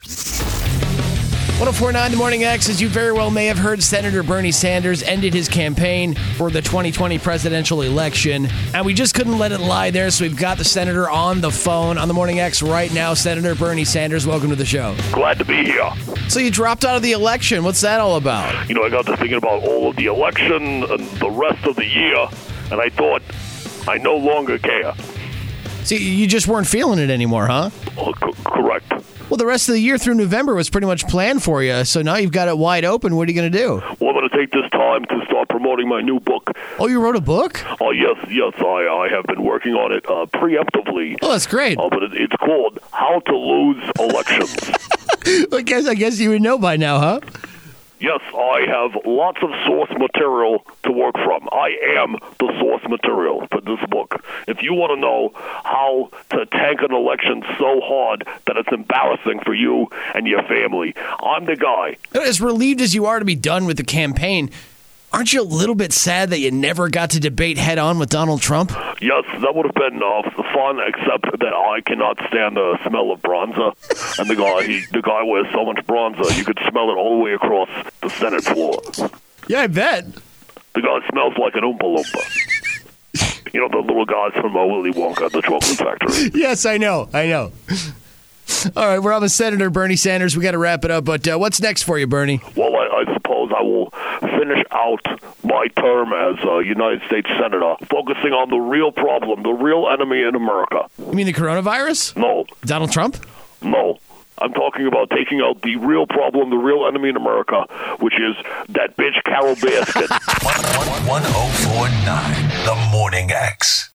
1049 The Morning X, as you very well may have heard, Senator Bernie Sanders ended his campaign for the 2020 presidential election. And we just couldn't let it lie there, so we've got the senator on the phone on The Morning X right now. Senator Bernie Sanders, welcome to the show. Glad to be here. So you dropped out of the election. What's that all about? You know, I got to thinking about all of the election and the rest of the year, and I thought, I no longer care. So you just weren't feeling it anymore, huh? Oh, co- correct. Well, the rest of the year through November was pretty much planned for you, so now you've got it wide open. What are you going to do? Well, I'm going to take this time to start promoting my new book. Oh, you wrote a book? Oh, yes, yes, I, I have been working on it uh, preemptively, Oh, that's great. uh, but it, it's called How to Lose Elections. I guess I guess you would know by now, huh? yes, I have lots of source material to work from. I am the source material for this book. If you want to know how to tank an election so hard that it's embarrassing for you and your family, I'm the guy. As relieved as you are to be done with the campaign, aren't you a little bit sad that you never got to debate head on with Donald Trump? Yes, that would have been uh, fun, except that I cannot stand the smell of bronzer. And the guy, he, the guy wears so much bronzer, you could smell it all the way across the Senate floor. Yeah, I bet. The guy smells like an Oompa Loompa. You know, the little guys from uh, Willy Wonka, the chocolate factory. Yes, I know. I know. All right, we're on with Senator Bernie Sanders. We got to wrap it up, but uh, what's next for you, Bernie? Well, I, I suppose I will finish out my term as a United States Senator, focusing on the real problem, the real enemy in America. You mean the coronavirus? No, Donald Trump? No. I'm talking about taking out the real problem, the real enemy in America, which is that bitch Carol Baskin. 1049 The Morning X.